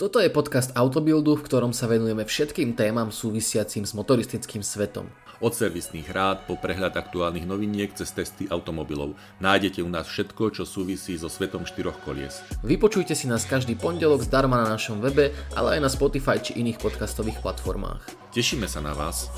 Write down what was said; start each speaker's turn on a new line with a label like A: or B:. A: Toto je podcast Autobildu, v ktorom sa venujeme všetkým témam súvisiacim s motoristickým svetom.
B: Od servisných rád po prehľad aktuálnych noviniek cez testy automobilov. Nájdete u nás všetko, čo súvisí so svetom štyroch kolies.
A: Vypočujte si nás každý pondelok zdarma na našom webe, ale aj na Spotify či iných podcastových platformách.
B: Tešíme sa na vás.